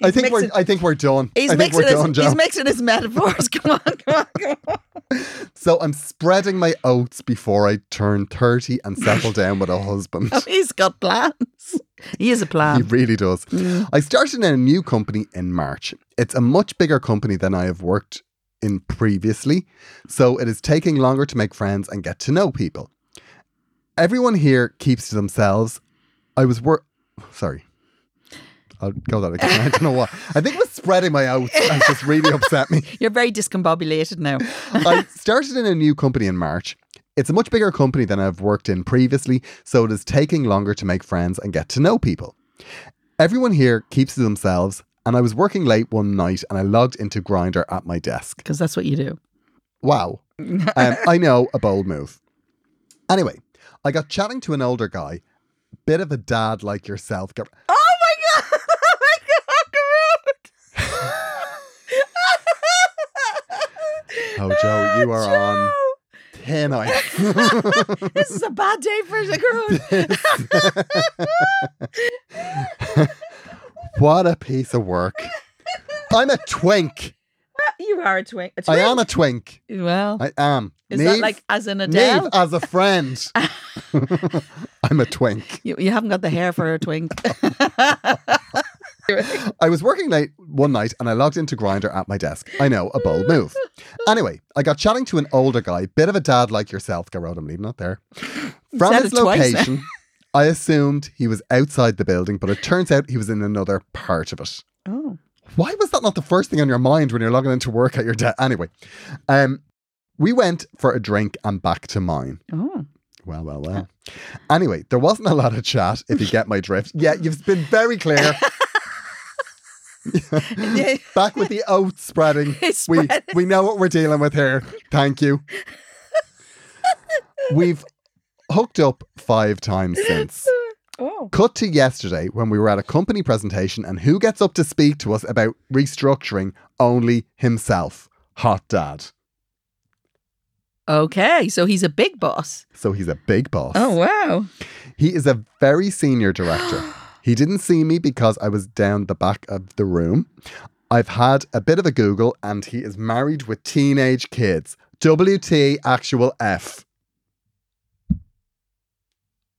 I
He's
think we're
mixing-
I think we're done.
[laughs] He's
I think
mixing
we're
his,
done, Joe.
he's mixing his metaphors. [laughs] Come on, come on, come on.
So I'm spreading my oats before I turn 30 and settle down with a husband.
He's got plans. He is a
He
plan.
really does. I started in a new company in March. It's a much bigger company than I have worked in previously, so it is taking longer to make friends and get to know people. Everyone here keeps to themselves. I was work. Sorry. I'll go that again. I don't know why. I think it was spreading my oats and just really upset me.
You're very discombobulated now.
[laughs] I started in a new company in March. It's a much bigger company than I've worked in previously, so it is taking longer to make friends and get to know people. Everyone here keeps to themselves, and I was working late one night and I logged into Grinder at my desk.
Because that's what you do. [laughs]
Wow. Um, I know, a bold move. Anyway, I got chatting to an older guy, bit of a dad like yourself. Gar-
Oh my god! [laughs] Oh
Oh,
my god,
Joe, you
[laughs]
are on thin ice.
on. This is a bad day for the girl.
[laughs] what a piece of work. I'm a twink.
you are a twink.
I
A twink.
am a twink.
Well,
I am.
is
Niamh-
that like as an
Niamh
Adele?
as a
[laughs]
friend? [laughs] I'm a twink.
You, you haven't got the hair for
[laughs]
a twink.
I was working late one night and I logged into Grinder at my desk. I know, a bold
[laughs]
move. Anyway, I got chatting to an older guy, bit of a dad like yourself, Garrod, I'm leaving it there. From
said
his
it twice now. [laughs]
location, I assumed he was outside the building, but it turns out he was in another part of it.
oh.
Why was that not the first thing on your mind when you're logging into work at your desk? Anyway, um, we went for a drink and back to mine. [laughs]
Oh.
Well, well, well. Anyway, there wasn't a lot of chat, if you get my
[laughs]
drift. Yeah, you've been very clear. Back with
[laughs]
the oat spreading.
It's
We,
spreading.
we know what we're dealing with here. Thank
[laughs]
you. We've hooked up five times since.
Oh.
Cut to yesterday when we were at a company presentation, and who gets up to speak to us about restructuring? Only himself. Hot dad.
Okay, so he's a big boss.
So he's a big boss.
Oh, wow.
He is a very senior director. he didn't see me because I was down the back of the room. I've had a bit of a Google and he is married with teenage kids. WT actual F.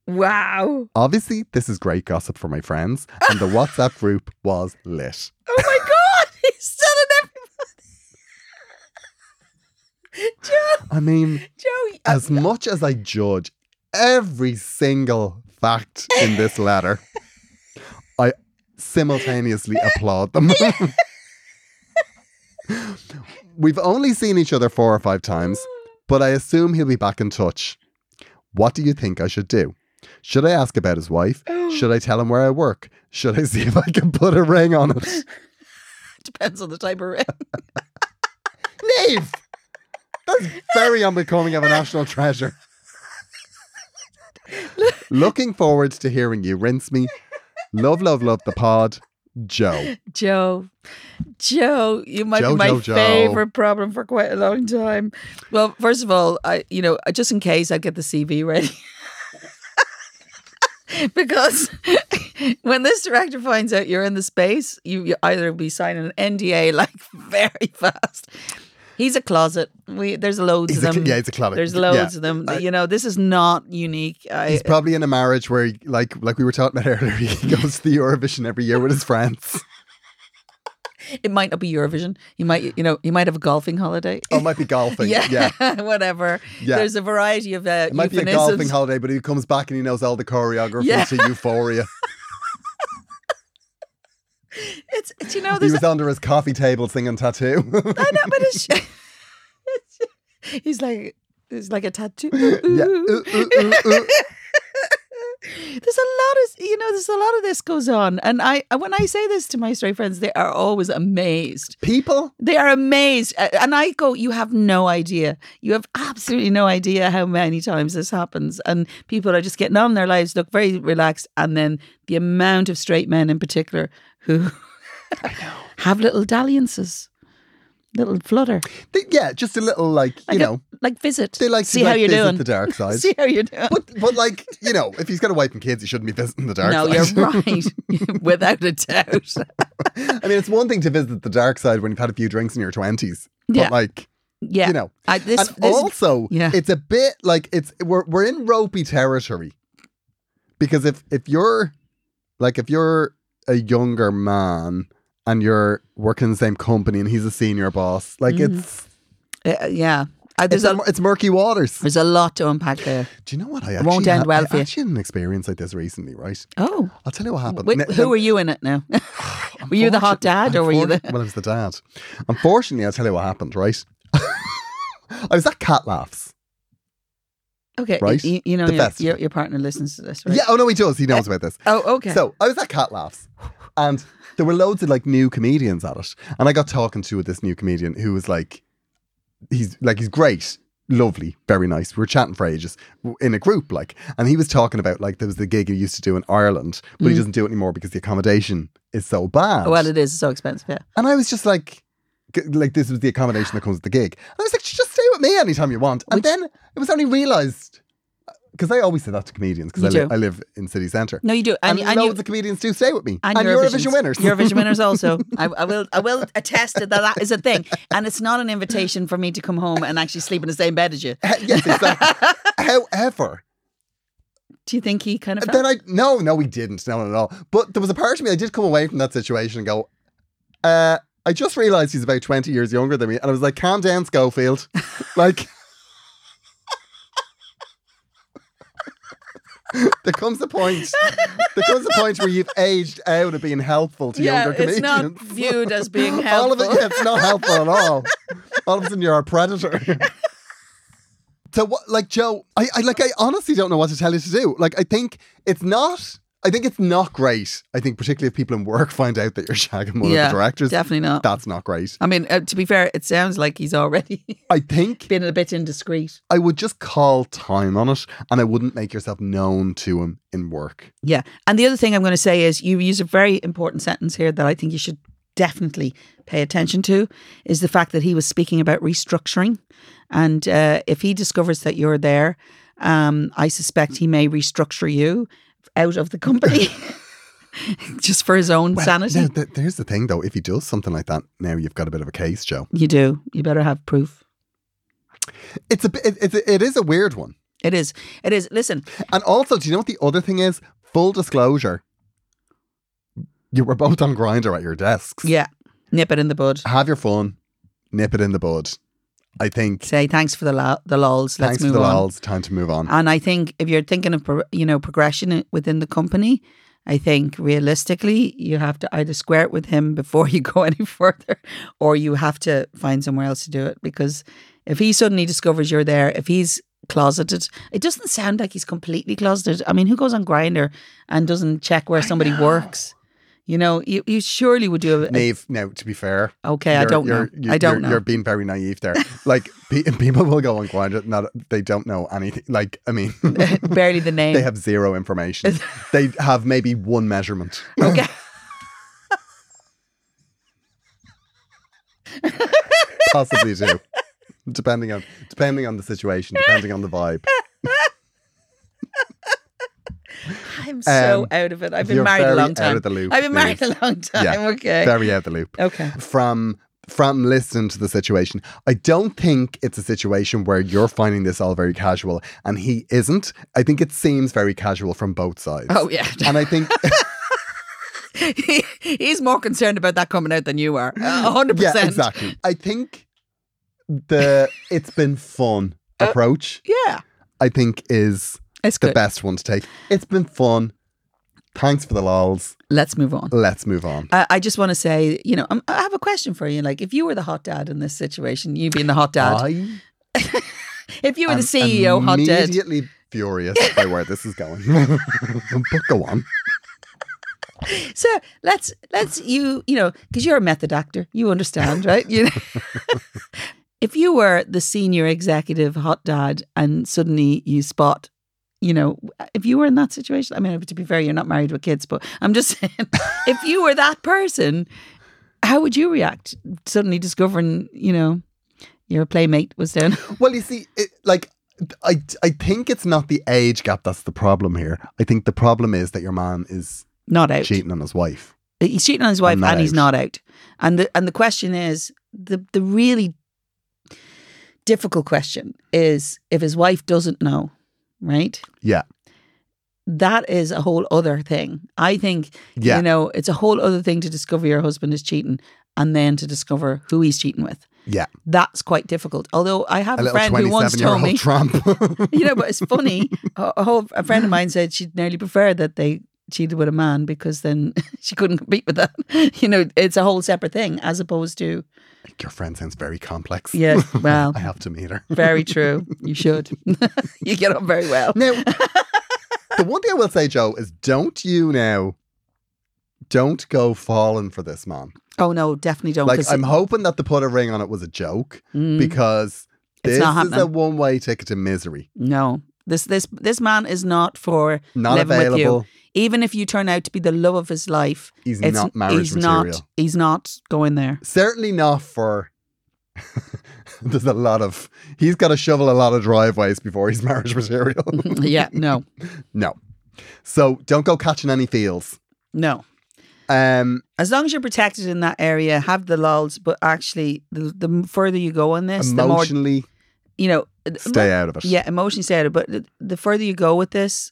Wow.
Obviously, this is great gossip for my friends, and the WhatsApp group was lit.
Oh my god, [laughs] he's telling everybody. [laughs] Joe,
I mean,
Joe, uh,
as much as I judge every single fact in this letter, I simultaneously applaud them. [laughs] We've only seen each other four or five times, but I assume he'll be back in touch. What do you think I should do? Should I ask about his wife? Should I tell him where I work? Should I [laughs] see if I can put a ring on it?
depends on the type of ring.
Leave! That's very unbecoming of a national treasure. Looking forward to hearing you rinse me. Love, love, love the pod. Joe.
Joe, Joe, you might
Joe,
be my
Joe, Joe.
favorite problem for quite a long time. Well, first of all, I you know I- just in case I get the CV ready. [laughs] Because [laughs] when this director finds [laughs] out you're in the space, you, you either be signing an NDA like very fast, He's a closet. We there's loads
He's
of
a,
them.
yeah, he's a clown.
There's
Yeah.
loads of them.
I-
you know, this is not unique. I,
He's probably in a marriage where, he- like, like we were talking about earlier, [laughs] he goes to the Eurovision every year with his friends.
it might not be Eurovision. You might, you know, you might have a golfing holiday.
Oh, it might be golfing. yeah.
[laughs] whatever.
Yeah.
There's a variety of uh,
It might be a
euphemisms.
golfing holiday, but he comes back and he knows all the choreography
Yeah.
to
[laughs]
Euphoria.
It's, it's you know,
he
Oh, there's
was under his coffee table singing tattoo. [laughs]
I know, but it's, it's- [laughs] he's like it's like a tattoo.
[laughs] yeah. Uh, Ooh, ooh,
[laughs]
ooh, ooh.
There's a lot of you know, there's a lot of this goes on, and I when I say this to my straight friends, they are always amazed.
People,
They are amazed, Uh, and I go, "You have no idea. You have absolutely no idea how many times this happens." And people are just getting on their lives, look very relaxed, and then the amount of straight men in particular
[laughs]
who have little dalliances, little flutter,
they, yeah, just a little like,
Like
you
a-
know,
like visit.
they like
see
to
how
like,
you're
visit
doing.
the
[laughs]
dark side.
See how you're doing.
but but like you know, if he's got a wife and kids, he shouldn't be visiting the dark
no,
side. [laughs]
you're right, [laughs] without a doubt.
I mean, it's one thing to visit the dark side when you've had a few drinks in your twenties,
Yeah.
but like
Yeah,
you know,
I, this,
and
this
also
yeah.
it's a bit like it's we're we're in ropey territory because if if you're like if you're a younger man and you're working in the same company and he's a senior boss, like it's
uh, yeah. Uh,
it's,
Mm-hmm. there's a
a- it's murky waters.
there's a lot to unpack
[laughs]
there.
Do you know what I actually
won't end
had-
well
I
for you.
actually had an experience like this recently, right?
Oh,
I'll tell you what happened.
Wait,
Now-
who were you in it
[sighs]
now? were you the hot dad or were you the?
Unfortunately- Well, I was the dad. Unfortunately, I'll tell you what happened, right? [laughs] I was at Cat Laughs.
[laughs] Okay,
Right?
You, you know
The
your,
best.
your your partner listens to this, right?
Yeah, oh no, he does. He knows about this.
[laughs] Oh, okay.
So I was at Cat Laughs and there were loads of like new comedians at it. And I got talking to this new comedian who was like, he's like, he's great. Lovely, very nice. We were chatting for ages w- in a group, like, and he was talking about like there was the gig he used to do in Ireland, but he doesn't do it anymore because the accommodation is so bad.
Mm. Oh, well, it is so expensive. Yeah.
And I was just like, g- like this was the accommodation that comes with the gig. And I was like, just stay with me anytime you want. And then it was only realised because I always say that to comedians because
You
I, li-
do.
I live in city centre.
No, you do,
And,
and, you-
loads
and you.
of comedians do stay with me. And,
Eurovision's-
Eurovision winners. [laughs]
Eurovision winners also. I, I will I will attest that that is a thing, and it's not an invitation for me to come home and actually sleep in the same bed as you.
yes, exactly.
[laughs]
However,
Do you think he kind of?
then I no, no, we didn't. No, not at all. But there was a part of me I did come away from that situation and go, uh, I just realised he's about twenty years younger than me, and I was like, calm down, Schofield.
[laughs]
like, there comes a point. There comes a point where you've aged out of being helpful to
yeah,
younger
it's
comedians. [laughs]
not viewed as being helpful.
All of it, yeah, it's not helpful at
[laughs]
all. All of a sudden, you're a predator. so, what, like Joe, I, I like, I honestly don't know what to tell you to do. Like, I think it's not. I think it's not great. I think particularly if people in work find out that you're shagging one
Yeah,
of the directors,
definitely not.
That's not great.
I mean, uh, to be fair, it sounds like he's already [laughs]
I think
been a bit indiscreet.
I would just call time on it, and I wouldn't make yourself known to him in work.
Yeah. And the other thing I'm going to say is you use a very important sentence here that I think you should definitely pay attention to is the fact that he was speaking about restructuring. And uh, if he discovers that you're there, um, I suspect he may restructure you out of the company [laughs] just for his own sanity.
Now, th- there's the thing though. If he does something like that, now you've got a bit of a case, Joe.
You do. You better have proof.
It's a bit. It, it's a- it is a weird one.
It is. It is. Listen,
And also, do you know what the other thing is? Full disclosure. You were both on grinder at your desks.
yeah, nip it in the bud.
Have your fun, nip it in the bud. I think.
Say thanks for the, lo- the lols. Let's
thanks
move
for the
on. Uh,
lols. Time to move on.
And I think if you're thinking of pro- you know progression i- within the company, I think realistically you have to either square it with him before [laughs] you go any further, or you have to find somewhere else to do it. Because if he suddenly discovers you're there, if he's closeted, it doesn't sound like he's completely closeted. I mean, who goes on Grinder and doesn't check where somebody works? You know, you, you surely would do a,
Nave, now to be fair,
Okay, I
you're-
don't
you're-
know. I don't
you're,
know.
You're being very naive there. Like pe- [laughs] people will go on grinder, not they don't know anything. Like I
[laughs]
mean,
barely the name.
[laughs] they have zero information. they have maybe one measurement.
[laughs] Okay.
possibly do, depending on depending on the situation, depending on the vibe.
I'm so
Um,
out of it. I've been
you're
married a
very
long
out
time.
of the loop,
I've been married
Niamh.
a long time.
Yeah,
okay.
Very out the loop.
Okay.
From Fran listened to the situation. I don't think it's a situation where you're finding this all very casual and he isn't. I think it seems very casual from both sides.
Oh, yeah.
And I think
[laughs] He's more concerned about that coming out than you are. A hundred
yeah,
percent.
exactly. I think the it's been fun approach
Yeah,
I think is
Uh, it's
the
good.
best one to take. It's been fun. Thanks for the lols.
Let's move on.
Let's move on.
I, I just want to say, you know, i I have a question for you. Like, if you were the hot dad in this situation, you being the hot dad,
I
if you were the
am
CEO hot dad,
Immediately furious by where this is going. [laughs] but go on.
so let's let's you you know because you're a method actor, you understand, right? You know, [laughs] if you were the senior executive hot dad, and suddenly you spot. You know, if you were in that situation, I mean, to be fair, you're not married with kids, but I'm just [laughs] saying, if you were that person, how would you react suddenly discovering, you know, your playmate was down? [laughs]
Well, you see, it, like I, I think it's not the age gap that's the problem here. I think the problem is that your man is
not out.
cheating on his wife.
He's cheating on his wife,
I'm
and
not
he's
out.
not out. And the and the question is the the really difficult question is if his wife doesn't know, right?
Yeah,
That is a whole other thing. I think
yeah.
you know it's a whole other thing to discover your husband is cheating, and then to discover who he's cheating with.
Yeah.
that's quite difficult. Although I have
a
a,
little
friend who once told me,
twenty-seven-year-old Trump. [laughs]
you know, but it's funny. A, a whole a friend of mine said she'd nearly prefer that they cheated with a man because then [laughs] she couldn't compete with that. [laughs] You know, it's a whole separate thing as opposed to
your friend sounds very complex. [laughs]
yeah. Well,
I have to meet
[laughs]
her.
very true. You should. [laughs] you get on very well.
Now, the one thing I will say, Joe, is don't you now, don't go falling for this man.
Oh no, definitely don't.
Like,
'cause-
I'm hoping that the put a ring on it was a joke
Mm,
because
It's
this
not
is a
happening.
one way ticket to misery.
no. This this this man is not for
Not
living with
available.
you. Even if you turn out to be the love of his life,
He's not marriage
he's
material.
not he's not going
[laughs]
there.
Certainly not for. [laughs] There's a lot of. He's got to shovel a lot of driveways before he's [laughs] marriage material.
yeah, no.
no. So don't go catching any feels.
No.
Um,
As long as you're protected in that area, have the lulls, but actually, the, the further you go on this, the more,
emotionally,
you know,
stay out of it.
yeah, emotionally stay out of it. But the- the further you go with this,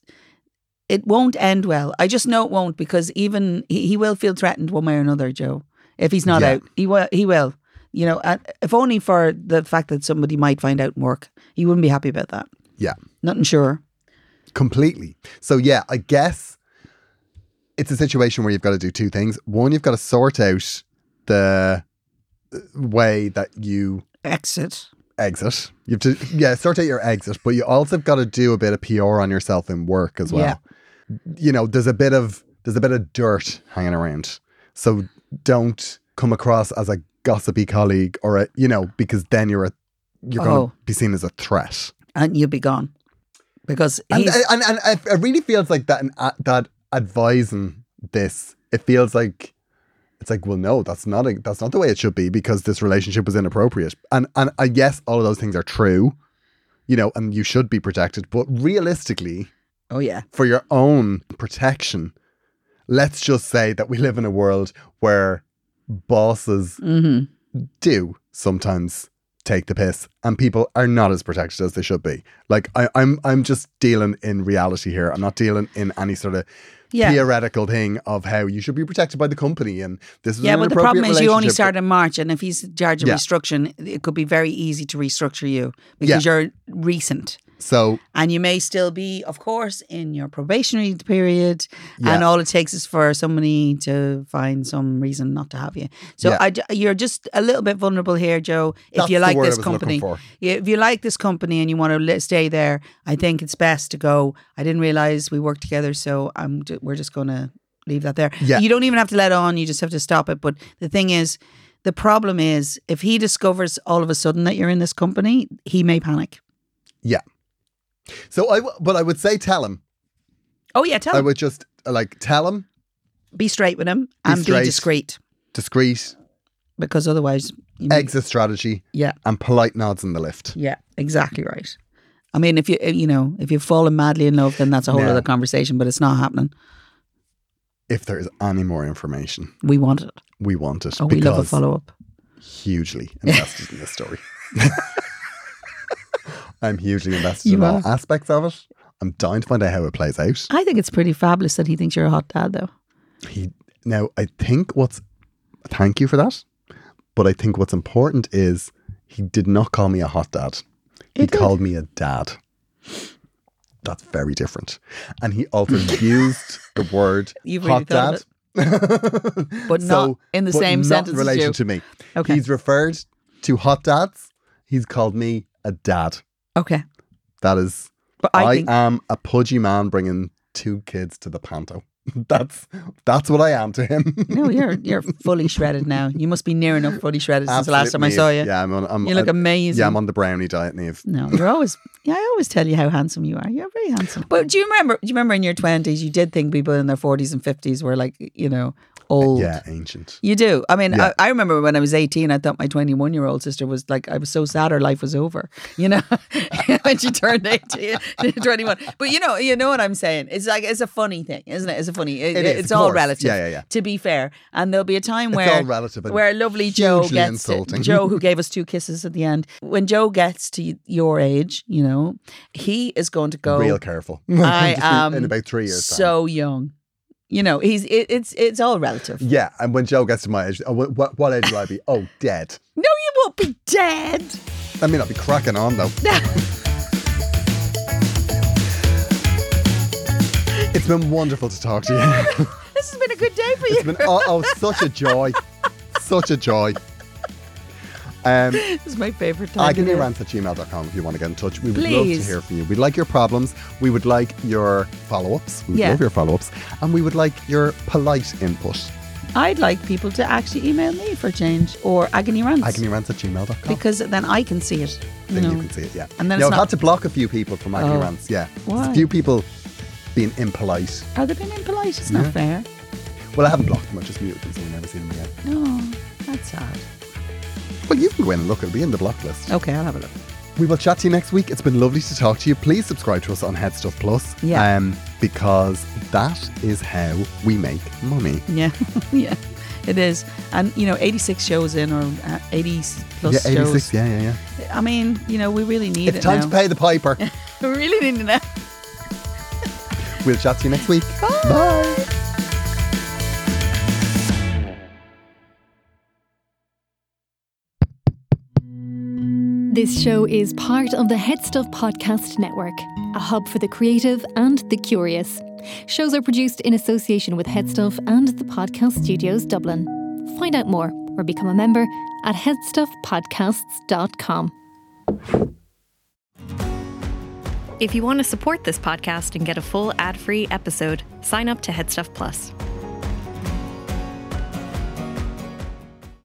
it won't end well. I just know it won't because even he, he will feel threatened one way or another, Joe. If he's not
Yeah.
out, he will. He will. You know, and if only for the fact that somebody might find out and work, he wouldn't be happy about that.
Yeah.
Nothing sure.
Completely. So yeah, I guess it's a situation where you've got to do two things. One, you've got to sort out the uh, way that you
Exit.
exit. You have to yeah, sort out your exit, but you also have got to do a bit of PR on yourself in work as well. You know, there's a bit of there's a bit of dirt hanging around. So don't come across as a gossipy colleague or a you know, because then you're a you're
Oh.
gonna be seen as a threat.
and you'll be gone because
and uh,
he's,
and, and I, it really feels like that uh, that advising this it feels like it's like well no that's not a, that's not the way it should be because this relationship was inappropriate and and uh, yes all of those things are true you know and you should be protected but realistically
oh yeah,
for your own protection let's just say that we live in a world where bosses
hmm
do sometimes take the piss and people are not as protected as they should be. Like I, I'm I'm just dealing in reality here. I'm not dealing in any sort of
yeah.
theoretical thing of how you should be protected by the company and this is
Yeah,
an
but the problem
inappropriate
is you only
relationship.
start in March, and if he's in charge of
Yeah.
restructuring, it could be very easy to restructure you because you're recent,
So
and you may still be, of course, in your probationary period, and
Yeah.
all it takes is for somebody to find some reason not to have you. So
Yeah.
I j- you're just a little bit vulnerable here, Joe. If
that's
you
the
like
word I
this
was looking
company,
for.
yeah, if you like this company and you want to li- stay there, I think it's best to go. I didn't realize we worked together, so I'm ju- we're just going to leave that there.
Yeah.
You don't even have to let on, you just have to stop it. But the thing is, the problem is if he discovers all of a sudden that you're in this company, he may panic.
So I w- but I would say tell him.
Oh yeah, tell
I
him.
would just uh, like tell him
be straight with him and
straight.
be discreet
discreet
because otherwise you may-
exit strategy
yeah.
and polite nods in the lift.
Yeah, exactly right. I mean, if you you know, if you've fallen madly in love, then that's a whole
No.
other conversation, but it's not happening.
If there is any more information,
We want it.
we want it
Oh, we love a
because
follow up.
hugely invested in this
[laughs]
story. [laughs] I'm hugely invested
You
in all
are.
aspects of it. I'm dying to find out how it plays out.
I think it's pretty fabulous that he thinks you're a hot dad, though.
He now I think what's thank you for that. But I think what's important is he did not call me a hot dad. He
did.
called me a dad. That's very different. And he also used the word
[laughs] You've really
hot
thought
dad.
of
[laughs]
But not in the
but
same
not
sentence as
in relation
you.
to me.
Okay.
He's referred to hot dads. He's called me a dad.
Okay.
That is
But I,
I,
think
am a pudgy man bringing two kids to the panto. [laughs] That's that's what I am to
[laughs]
him.
no, you're you're fully shredded now. You must be near enough fully shredded since the last
Absolute
time I
Niamh.
saw you.
Yeah, I'm on. I'm,
You look
I-
amazing.
Yeah, I'm on the brownie diet, Neve.
No, you're always. Yeah, I always tell you how handsome you are. You're very handsome. But do you remember? Do you remember in your twenties? You did think people in their forties and fifties were like, you know, old.
Yeah, ancient.
You do. I mean,
Yeah.
I, I remember when I was 18, I thought my 21 year old sister was like, I was so sad her life was over, you know, [laughs] when she turned [laughs] 18, 21. But you know, you know what I'm saying? It's like, it's a funny thing, isn't it? It's a funny, it,
It is,
it's
of
all
course.
relative,
Yeah, yeah, yeah.
to be fair. And there'll be a time
It's
where,
all relative and
where lovely Joe
hugely
gets, to,
insulting.
Joe
[laughs]
who gave us two kisses at the end, when Joe gets to your age, you know, he is going to go
Real careful. [laughs]
I
Just
am
in about three years. time.
so young. You know, he's, it, it's, it's all relative.
Yeah, and when Joe gets to my age, oh, wh- what, what age will I be? Oh, dead.
No, you won't be dead.
I mean, I'll be cracking on
[laughs]
though. it's been wonderful to talk to
[laughs]
you.
This has been a good day for
It's
you.
been
[laughs]
oh, oh such a joy, such a joy. Um,
This is my favorite time. of the year.
agonyrant at gmail.com if you want to get in touch. We would love to
Please.
hear from you. We'd like your problems. We would like your follow ups. We would
Yeah.
love your follow ups. And we would like your polite input.
I'd like people to actually email me for change or agony rants
Agonyrant at gmail.com.
because then I can see it. you
then you
know.
can see it, yeah.
And then
now,
it's
I've had
not-
to block a few people from agony
Oh.
rants, yeah. There's
Why?
a few people being impolite.
Are they being impolite? It's not fair.
Well, I haven't blocked them. I just muted them, so we never see them again.
No, that's sad.
Well, you can go in and look. It'll be in the block list.
Okay, I'll have a look. [laughs]
We will chat to you next week. It's been lovely to talk to you. Please subscribe to us on Head Stuff Plus.
Yeah.
Um, because that is how we make money.
Yeah, [laughs] yeah, it is. And you know, 86 shows in or uh, 80 plus
yeah, 86.
shows.
Yeah, yeah, yeah.
I mean, you know, we really need
it's
it
time
now.
to pay the
[laughs]
piper.
we really need it now.
we'll chat to you next week.
Bye.
This show is part of the Head Stuff Podcast Network, a hub for the creative and the curious. Shows are produced in association with Head Stuff and the Podcast Studios Dublin. Find out more or become a member at headstuffpodcasts.com.
If you want to support this podcast and get a full ad-free episode, sign up to Headstuff Plus.